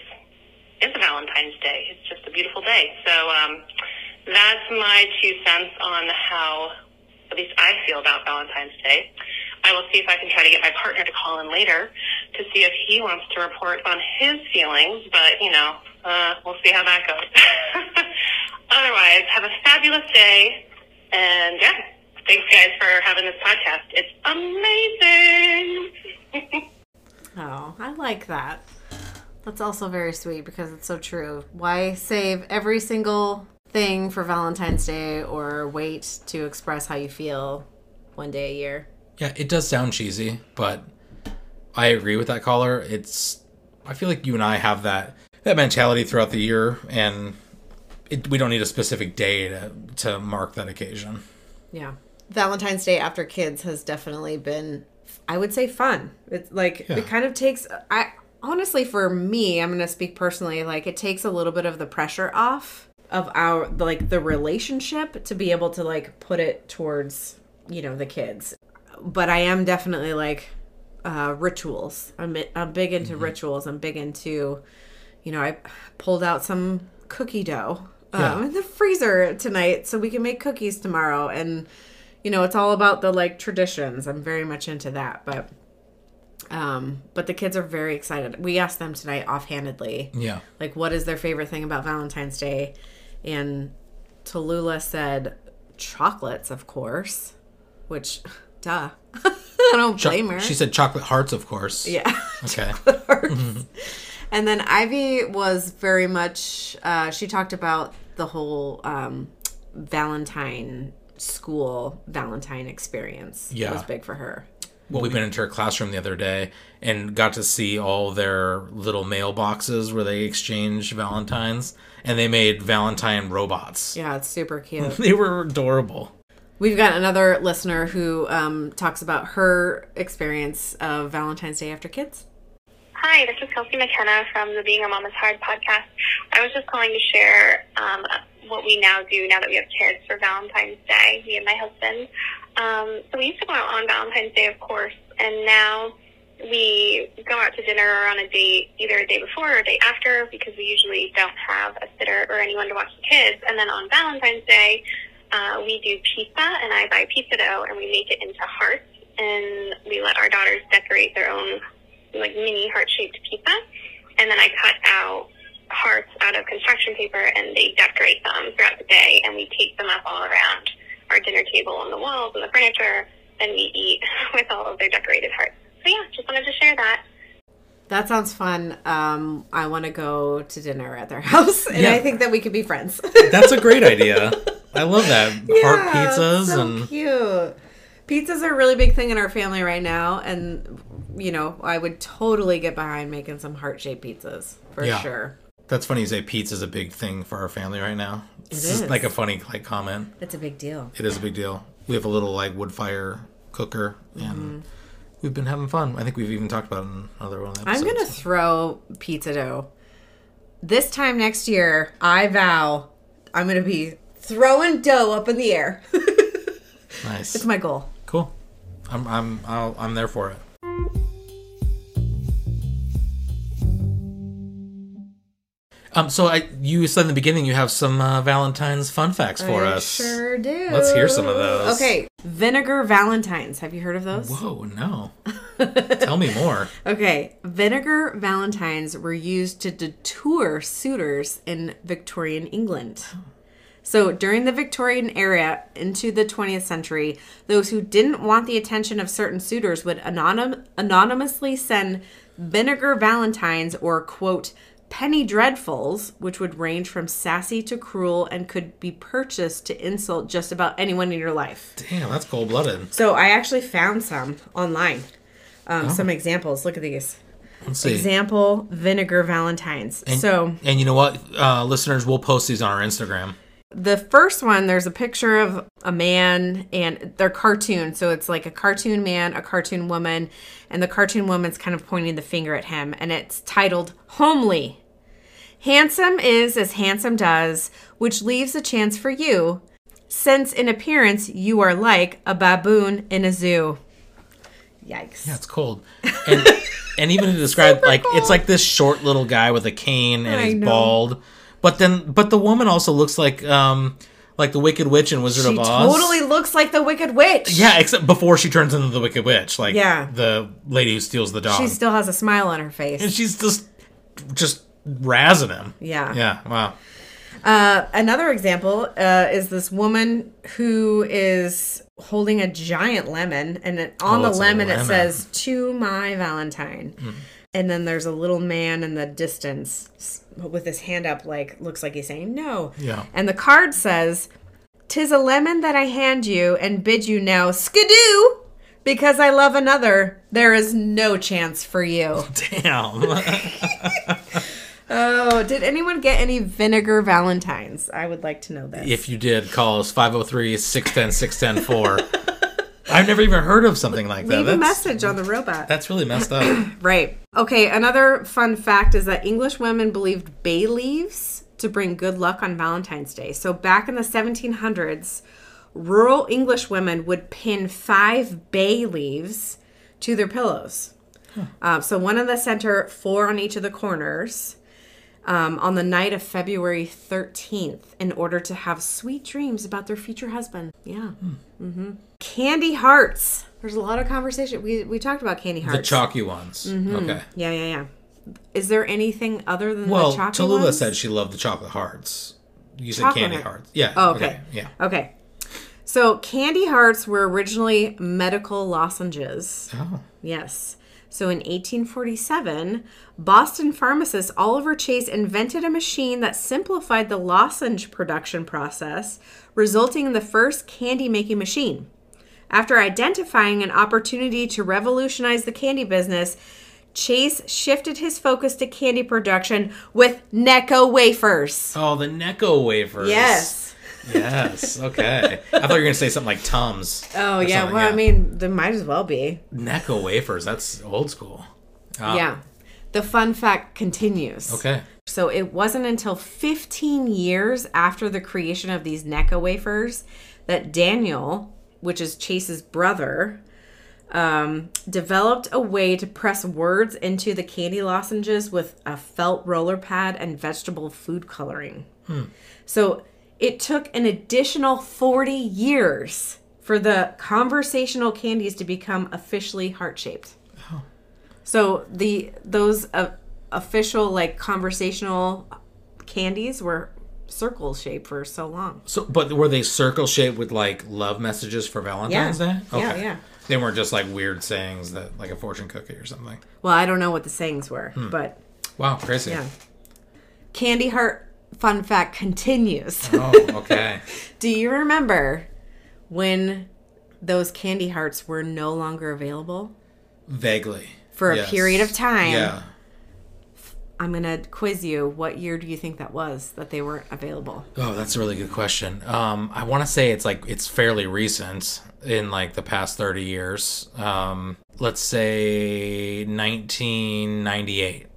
Speaker 4: is a Valentine's Day. It's just a beautiful day. So um, that's my two cents on how, at least I feel about Valentine's Day. I will see if I can try to get my partner to call in later to see if he wants to report on his feelings, but you know, uh, we'll see how that goes. Otherwise, have a fabulous day, and yeah, thanks guys for having this podcast. It's amazing.
Speaker 1: Oh, I like that. That's also very sweet because it's so true. Why save every single thing for Valentine's Day or wait to express how you feel one day a year?
Speaker 2: Yeah, it does sound cheesy, but I agree with that caller. It's I feel like you and I have that that mentality throughout the year, and it, we don't need a specific day to to mark that occasion.
Speaker 1: Yeah. Valentine's Day after kids has definitely been, I would say, fun. It's like,
Speaker 2: Yeah.
Speaker 1: it kind of takes, I honestly, for me, I'm going to speak personally, like, it takes a little bit of the pressure off of our, like, the relationship to be able to, like, put it towards, you know, the kids. But I am definitely like, uh, rituals. I'm, I'm big into rituals. I'm big into, you know, I pulled out some cookie dough um,
Speaker 2: Yeah.
Speaker 1: in the freezer tonight so we can make cookies tomorrow. And, you know, it's all about the like traditions. I'm very much into that. But, um, but the kids are very excited. We asked them tonight offhandedly,
Speaker 2: Yeah,
Speaker 1: like, what is their favorite thing about Valentine's Day? And Tallulah said, chocolates, of course, which, duh. I don't
Speaker 2: Cho-
Speaker 1: blame her.
Speaker 2: She said chocolate hearts, of course.
Speaker 1: yeah.
Speaker 2: Okay.
Speaker 1: And then Ivy was very much. Uh, she talked about the whole um, Valentine school Valentine experience.
Speaker 2: Yeah.
Speaker 1: was big for her.
Speaker 2: Well, we went into her classroom the other day and got to see all their little mailboxes where they exchange valentines, and they made valentine robots.
Speaker 1: Yeah, it's super cute.
Speaker 2: They were adorable.
Speaker 1: We've got another listener who um, talks about her experience of Valentine's Day after kids.
Speaker 4: Hi, this is Kelsey McKenna from the Being a Mom is Hard podcast. I was just calling to share um, what we now do now that we have kids for Valentine's Day, me and my husband. Um, so we used to go out on Valentine's Day, of course, and now we go out to dinner or on a date either a day before or a day after because we usually don't have a sitter or anyone to watch the kids. And then on Valentine's Day, uh, we do pizza, and I buy pizza dough and we make it into hearts, and we let our daughters decorate their own like mini heart shaped pizza, and then I cut out hearts out of construction paper and they decorate them throughout the day, and we tape them up all around our dinner table and the walls and the furniture, and we eat with all of their decorated hearts. So yeah, just wanted to share that.
Speaker 1: That sounds fun. Um, I want to go to dinner at their house, and
Speaker 2: Yeah.
Speaker 1: I think that we could be friends.
Speaker 2: That's a great idea. I love that. Heart
Speaker 1: Yeah, it's
Speaker 2: pizzas
Speaker 1: so
Speaker 2: and
Speaker 1: cute. Pizzas are a really big thing in our family right now, and you know I would totally get behind making some heart shaped pizzas for
Speaker 2: Yeah.
Speaker 1: sure.
Speaker 2: that's funny you say pizza's a big thing for our family right now. It's
Speaker 1: It
Speaker 2: just
Speaker 1: is.
Speaker 2: like a funny like comment.
Speaker 1: It's a big deal.
Speaker 2: It is a big deal. We have a little like wood fire cooker
Speaker 1: Mm-hmm.
Speaker 2: and we've been having fun. I think we've even talked about it in another one of the
Speaker 1: I'm
Speaker 2: episodes.
Speaker 1: gonna throw pizza dough. This time next year, I vow I'm gonna be throwing dough up in the air.
Speaker 2: nice.
Speaker 1: It's my goal.
Speaker 2: Cool. I'm I'm I'll, I'm there for it. Um. So I, you said in the beginning you have some uh, Valentine's fun facts for
Speaker 1: I
Speaker 2: us.
Speaker 1: sure do.
Speaker 2: Let's hear some of those.
Speaker 1: Okay, vinegar valentines. Have you heard of those?
Speaker 2: Whoa, no. Tell me more.
Speaker 1: Okay, vinegar valentines were used to deter suitors in Victorian England. So, during the Victorian era into the 20th century, those who didn't want the attention of certain suitors would anonym- anonymously send vinegar valentines or, quote, penny dreadfuls, which would range from sassy to cruel and could be purchased to insult just about anyone in your life.
Speaker 2: Damn, that's cold blooded.
Speaker 1: So I actually found some online. Um, Some examples. Look at these.
Speaker 2: Let's see.
Speaker 1: Example vinegar valentines.
Speaker 2: And-
Speaker 1: so
Speaker 2: and you know what, uh, listeners, we'll post these on our Instagram.
Speaker 1: the first one, there's a picture of a man and they're cartoon. So it's like a cartoon man, a cartoon woman, and the cartoon woman's kind of pointing the finger at him. And it's titled Homely. Handsome is as handsome does, which leaves a chance for you, since in appearance you are like a baboon in a zoo. Yikes.
Speaker 2: That's cold. And and even to describe like it's like this short little guy with a cane and
Speaker 1: I
Speaker 2: he's
Speaker 1: know.
Speaker 2: bald. But then but the woman also looks like um like the Wicked Witch in Wizard
Speaker 1: She
Speaker 2: of Oz.
Speaker 1: totally looks like the Wicked Witch.
Speaker 2: Yeah, except before she turns into the Wicked Witch, like
Speaker 1: Yeah.
Speaker 2: the lady who steals the dog.
Speaker 1: She still has a smile on her face.
Speaker 2: and she's just just razzing him.
Speaker 1: Yeah.
Speaker 2: Yeah, wow.
Speaker 1: Uh, another example uh, is this woman who is holding a giant lemon, and it, on
Speaker 2: Oh,
Speaker 1: the
Speaker 2: it's a
Speaker 1: lemon, it
Speaker 2: lemon. Hmm.
Speaker 1: says, To my Valentine. And then there's a little man in the distance s- with his hand up, like, looks like he's saying no.
Speaker 2: Yeah.
Speaker 1: And the card says, Tis a lemon that I hand you and bid you now skidoo because I love another. There is no chance for you.
Speaker 2: Damn.
Speaker 1: Oh, did anyone get any vinegar valentines? I would like to know this.
Speaker 2: if you did, call us 503 610 6104. I've never even heard of something like that.
Speaker 1: Leave a
Speaker 2: That's,
Speaker 1: message on the robot.
Speaker 2: that's really messed up.
Speaker 1: right. Okay, another fun fact is that English women believed bay leaves to bring good luck on Valentine's Day. So back in the 1700s, rural English women would pin five bay leaves to their pillows. Uh, so one in the center, four on each of the corners. um, on the night of February 13th in order to have sweet dreams about their future husband. Yeah. hmm Candy hearts. There's a lot of conversation. We, we talked about candy hearts.
Speaker 2: The chalky ones. Okay.
Speaker 1: Mm-hmm. yeah, yeah, yeah. Is there anything other than
Speaker 2: Well,
Speaker 1: the chocolate?
Speaker 2: Tallulah
Speaker 1: ones?
Speaker 2: said she loved the chocolate hearts. You said
Speaker 1: Chocolate
Speaker 2: candy
Speaker 1: heart.
Speaker 2: hearts. Yeah.
Speaker 1: Oh, okay.
Speaker 2: Yeah.
Speaker 1: Okay. So candy hearts were originally medical lozenges.
Speaker 2: Oh.
Speaker 1: Yes. So in 1847, Boston pharmacist Oliver Chase invented a machine that simplified the lozenge production process, resulting in the first candy making machine. After identifying an opportunity to revolutionize the candy business, Chase shifted his focus to candy production with Necco wafers.
Speaker 2: Oh, the Necco wafers.
Speaker 1: Yes.
Speaker 2: Yes. Okay. I thought you were going to say something like Tums.
Speaker 1: Oh,
Speaker 2: or
Speaker 1: yeah.
Speaker 2: something,
Speaker 1: Well, I mean, there might as well be.
Speaker 2: Necco wafers. That's old school. Ah,
Speaker 1: Yeah. The fun fact continues.
Speaker 2: Okay.
Speaker 1: So it wasn't until 15 years after the creation of these NECA wafers that Daniel, which is Chase's brother, um, developed a way to press words into the candy lozenges with a felt roller pad and vegetable food coloring. So it took an additional 40 years for the conversational candies to become officially heart shaped. So the those uh, official like conversational candies were circle shape for so long.
Speaker 2: So, but were they circle shaped with like love messages for Valentine's
Speaker 1: Yeah.
Speaker 2: Day?
Speaker 1: Yeah, yeah.
Speaker 2: They weren't just like weird sayings that like a fortune cookie or something.
Speaker 1: Well, I don't know what the sayings were, but
Speaker 2: Wow, crazy.
Speaker 1: yeah. Candy Heart fun fact continues.
Speaker 2: Oh, okay.
Speaker 1: Do you remember when those candy hearts were no longer available?
Speaker 2: Vaguely.
Speaker 1: For a
Speaker 2: Yes.
Speaker 1: period of time.
Speaker 2: Yeah.
Speaker 1: I'm going to quiz you. What year do you think that was that they weren't available?
Speaker 2: Oh, that's a really good question. Um, I want to say it's like it's fairly recent in like the past 30 years. Um, let's say 1998.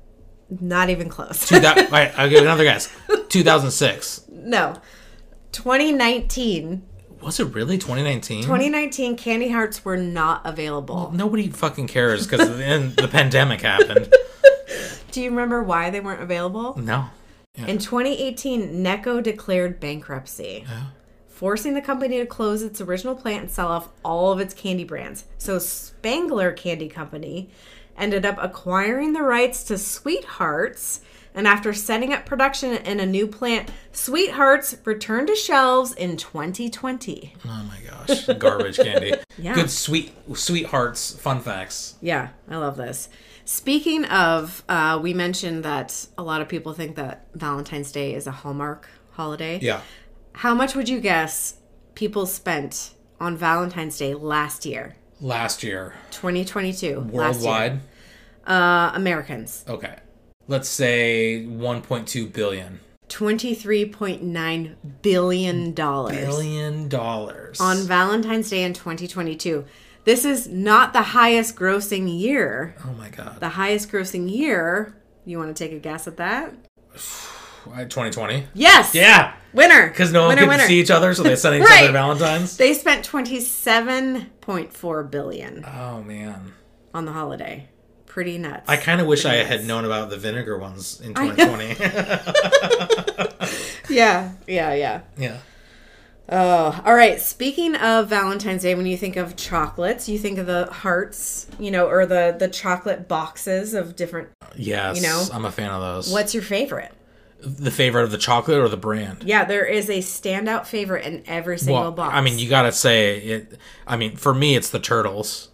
Speaker 1: Not even close.
Speaker 2: Two thou- all right, I'll give another guess. 2006.
Speaker 1: no. 2019.
Speaker 2: Was it really 2019?
Speaker 1: 2019 candy hearts were not available.
Speaker 2: Nobody fucking cares because then the pandemic happened.
Speaker 1: Do you remember why they weren't available?
Speaker 2: No.
Speaker 1: In 2018, Necco declared bankruptcy, forcing the company to close its original plant and sell off all of its candy brands. So Spangler Candy Company ended up acquiring the rights to Sweethearts, and after setting up production in a new plant, Sweethearts returned to shelves in 2020.
Speaker 2: Oh my gosh. Garbage candy.
Speaker 1: Yeah.
Speaker 2: Good sweet sweethearts fun facts.
Speaker 1: Yeah, I love this. Speaking of, uh, we mentioned that a lot of people think that Valentine's Day is a Hallmark holiday.
Speaker 2: Yeah.
Speaker 1: How much would you guess people spent on Valentine's Day last year,
Speaker 2: Last year
Speaker 1: 2022? last year?
Speaker 2: worldwide.
Speaker 1: Uh, Americans,
Speaker 2: Okay. Let's say 1.2 billion.
Speaker 1: $23.9 billion.
Speaker 2: Billion dollars.
Speaker 1: On Valentine's Day in 2022. This is not the highest grossing year.
Speaker 2: Oh my god.
Speaker 1: The highest grossing year, you want to take a guess at that?
Speaker 2: Uh, 2020.
Speaker 1: Yes!
Speaker 2: Yeah.
Speaker 1: Winner!
Speaker 2: Cuz no one
Speaker 1: winner,
Speaker 2: could
Speaker 1: winner.
Speaker 2: see each other so they sent each
Speaker 1: Right.
Speaker 2: other Valentines.
Speaker 1: They spent 27.4 billion
Speaker 2: Oh man.
Speaker 1: on the holiday. Pretty nuts.
Speaker 2: I kind of wish I had known about the vinegar ones in 2020.
Speaker 1: yeah, yeah, yeah.
Speaker 2: yeah.
Speaker 1: Oh, all right. Speaking of Valentine's Day, when you think of chocolates, you think of the hearts, you know, or the the chocolate boxes of different.
Speaker 2: Yes.
Speaker 1: You know?
Speaker 2: I'm a fan of those.
Speaker 1: What's your favorite?
Speaker 2: the favorite of the chocolate or the brand?
Speaker 1: Yeah, there is a standout favorite in every single box.
Speaker 2: I mean, you gotta say it. I mean, for me, it's the turtles.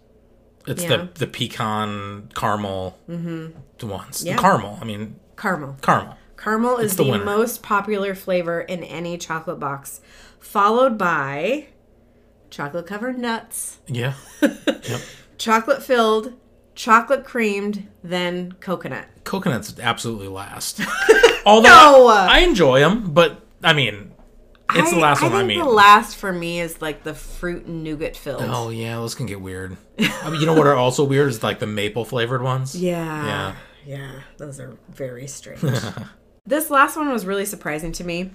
Speaker 2: It's
Speaker 1: Yeah. Mm-hmm.
Speaker 2: the the pecan caramel the ones.
Speaker 1: Yeah.
Speaker 2: The caramel. I mean,
Speaker 1: caramel.
Speaker 2: caramel.
Speaker 1: Caramel is
Speaker 2: the
Speaker 1: the,
Speaker 2: winner.
Speaker 1: most popular flavor in any chocolate box, followed by chocolate covered nuts,
Speaker 2: Yeah.
Speaker 1: chocolate filled, chocolate creamed, then coconut.
Speaker 2: Coconuts absolutely last. Although
Speaker 1: No!
Speaker 2: I, I enjoy them, but I mean, it's the last one I
Speaker 1: think
Speaker 2: mean.
Speaker 1: The last for me is like the fruit and nougat filled.
Speaker 2: oh yeah, those can get weird. I mean, you know what are also weird is like the maple flavored ones.
Speaker 1: Yeah. Yeah. Those are very strange. this last one was really surprising to me.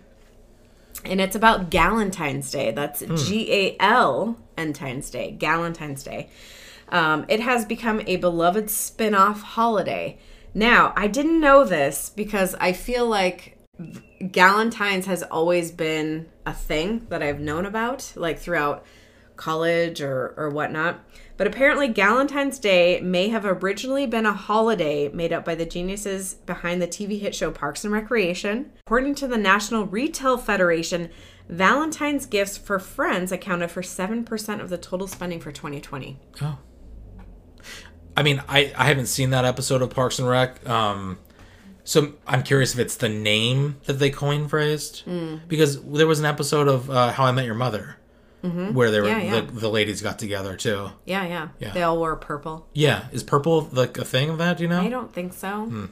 Speaker 1: And it's about Galentine's Day. That's G A L Entine's Day. Galentine's Day. Um, it has become a beloved spin off holiday. Now, I didn't know this because I feel like Galentine's has always been a thing that I've known about, like throughout college or, or whatnot. But apparently, Galentine's Day may have originally been a holiday made up by the geniuses behind the TV hit show Parks and Recreation. According to the National Retail Federation, Valentine's gifts for friends accounted for 7% of the total spending for 2020.
Speaker 2: Oh. I mean, I, I haven't seen that episode of Parks and Rec. Um, so I'm curious if it's the name that they coin phrased.
Speaker 1: Hmm.
Speaker 2: Because there was an episode of uh, How I Met Your Mother where they were,
Speaker 1: Mm-hmm. Yeah, yeah.
Speaker 2: The, the ladies got together too.
Speaker 1: Yeah, yeah.
Speaker 2: Yeah.
Speaker 1: They all wore purple.
Speaker 2: Yeah. Is purple like a thing of that? Do you know?
Speaker 1: I don't think so.
Speaker 2: Hmm.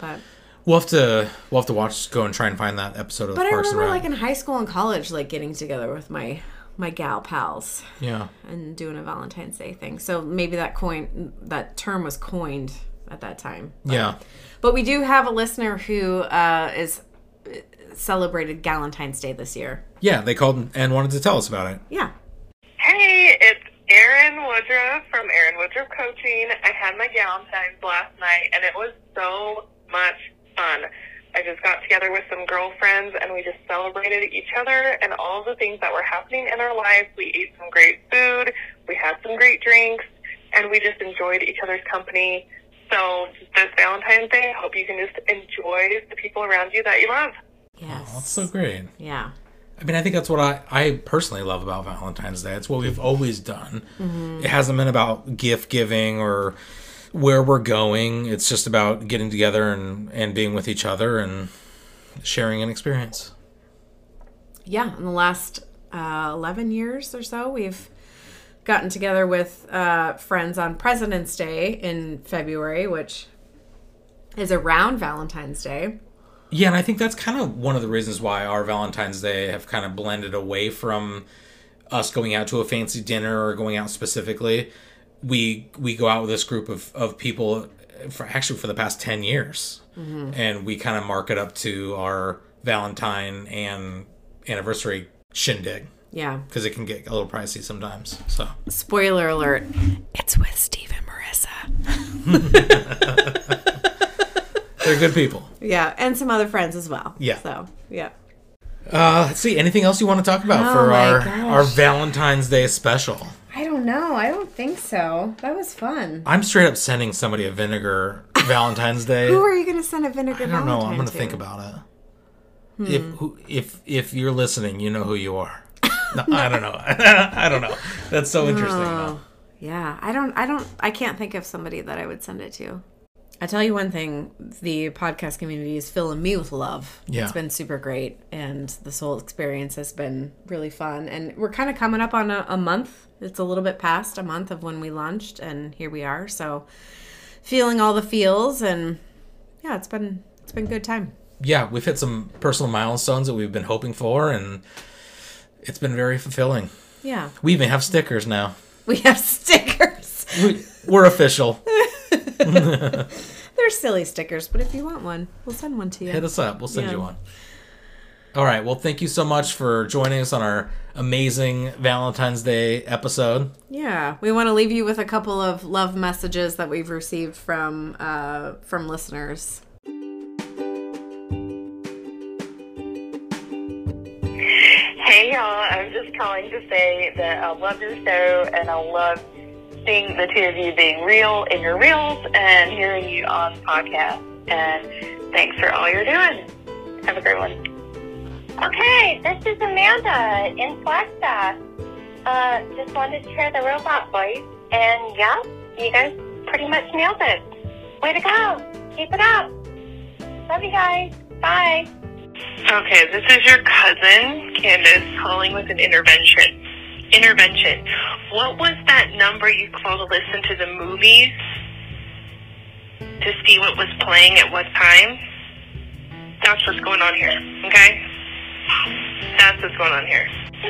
Speaker 1: But.
Speaker 2: We'll have to we'll have to watch go and try and find that episode of
Speaker 1: But I
Speaker 2: Parks
Speaker 1: remember,
Speaker 2: and
Speaker 1: like
Speaker 2: Rec.
Speaker 1: in high school and college, like getting together with my my gal pals
Speaker 2: yeah.
Speaker 1: and doing a Valentine's Day thing. So maybe that coin that term was coined at that time.
Speaker 2: Yeah.
Speaker 1: But we do have a listener who uh, is celebrated Galentine's Day this year.
Speaker 2: Yeah, they called and wanted to tell us about it.
Speaker 1: Yeah.
Speaker 4: Hey, it's Erin Woodruff from Erin Woodruff Coaching. I had my Galentine's last night, and it was so much fun. I just got together with some girlfriends, and we just celebrated each other and all the things that were happening in our lives. We ate some great food, we had some great drinks, and we just enjoyed each other's company. So this Valentine's Day, I hope you can just enjoy the people around you that you love.
Speaker 1: Yes.
Speaker 2: That's so great.
Speaker 1: yeah.
Speaker 2: I mean, I think that's what I, I personally love about Valentine's Day. It's what we've always done. It hasn't been about gift giving or where we're going. It's just about getting together and, and being with each other and sharing an experience.
Speaker 1: Yeah. In the last uh, 11 years or so, we've gotten together with uh, friends on President's Day in February, which is around Valentine's Day.
Speaker 2: Yeah, and I think that's kind of one of the reasons why our Valentine's Day have kind of blended away from us going out to a fancy dinner or going out specifically. We we go out with this group of, of people eh, for actually for the past ten years,
Speaker 1: Mm-hmm.
Speaker 2: and we kind of mark it up to our Valentine and anniversary shindig
Speaker 1: Yeah.
Speaker 2: because it can get a little pricey sometimes. So
Speaker 1: Spoiler alert. It's with Steve and Marissa.
Speaker 2: they're good people.
Speaker 1: Yeah. And some other friends as well.
Speaker 2: Yeah.
Speaker 1: So, yeah.
Speaker 2: Uh, let's see anything else you want to talk about
Speaker 1: Oh
Speaker 2: for
Speaker 1: my
Speaker 2: our
Speaker 1: gosh.
Speaker 2: our Valentine's Day special.
Speaker 1: I don't know. I don't think so. That was fun.
Speaker 2: I'm straight up sending somebody a vinegar Valentine's Day.
Speaker 1: Who are you going to send a vinegar
Speaker 2: I don't know. I'm
Speaker 1: Valentine
Speaker 2: gonna
Speaker 1: to?
Speaker 2: think about it.
Speaker 1: Hmm.
Speaker 2: If who, if if you're listening, you know who you are. No, I don't know. I don't know. That's so interesting. though.
Speaker 1: Yeah, I don't, I don't, I can't think of somebody that I would send it to. I tell you one thing: the podcast community is filling me with love.
Speaker 2: Yeah.
Speaker 1: it's been super great, and this whole experience has been really fun. And we're kind of coming up on a, a month. It's a little bit past a month of when we launched, and here we are. So, feeling all the feels, and yeah, it's been it's been a good time.
Speaker 2: Yeah, we've hit some personal milestones that we've been hoping for, and it's been very fulfilling.
Speaker 1: Yeah,
Speaker 2: We even have stickers now.
Speaker 1: we have stickers.
Speaker 2: We, we're official.
Speaker 1: They're silly stickers, but if you want one, we'll send one to you.
Speaker 2: Hit us up. We'll send
Speaker 1: Yeah.
Speaker 2: you one. All right. Well, thank you so much for joining us on our amazing Valentine's Day episode.
Speaker 1: Yeah, we want to leave you with a couple of love messages that we've received from uh, from listeners.
Speaker 4: Hey y'all, I'm just calling to say that I love your show and I love seeing the two of you being real in your reels and hearing you on the podcast. And thanks for all you're doing. Have a great one. Okay, this is Amanda in Flagstaff. Uh, just wanted to share the robot voice. And yeah, you guys pretty much nailed it. Way to go. Keep it up. Love you guys. Bye. Okay, this is your cousin, Candace, calling with an intervention. Intervention. What was that number you called to listen to the movies? To see what was playing at what time? That's what's going on here, okay? That's what's going on here.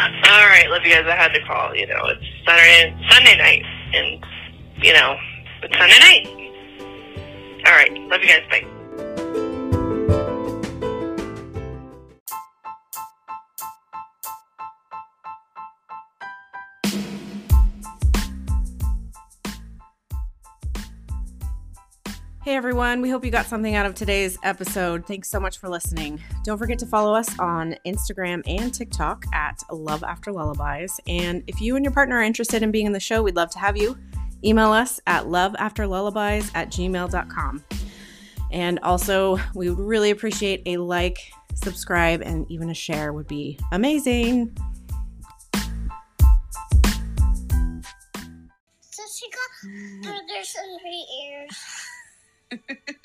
Speaker 4: All right, love you guys. I had to call. You know, it's Saturday, Sunday night, and you know, it's Sunday night. All right, love you guys. Bye.
Speaker 1: Hey everyone, we hope you got something out of today's episode. Thanks so much for listening. Don't forget to follow us on Instagram and TikTok at Love After Lullabies. And if you and your partner are interested in being in the show, we'd love to have you. Email us at loveafterlullabies at gmail.com. And also, we would really appreciate a like, subscribe, and even a share would be amazing.
Speaker 5: So she got brothers under the ears.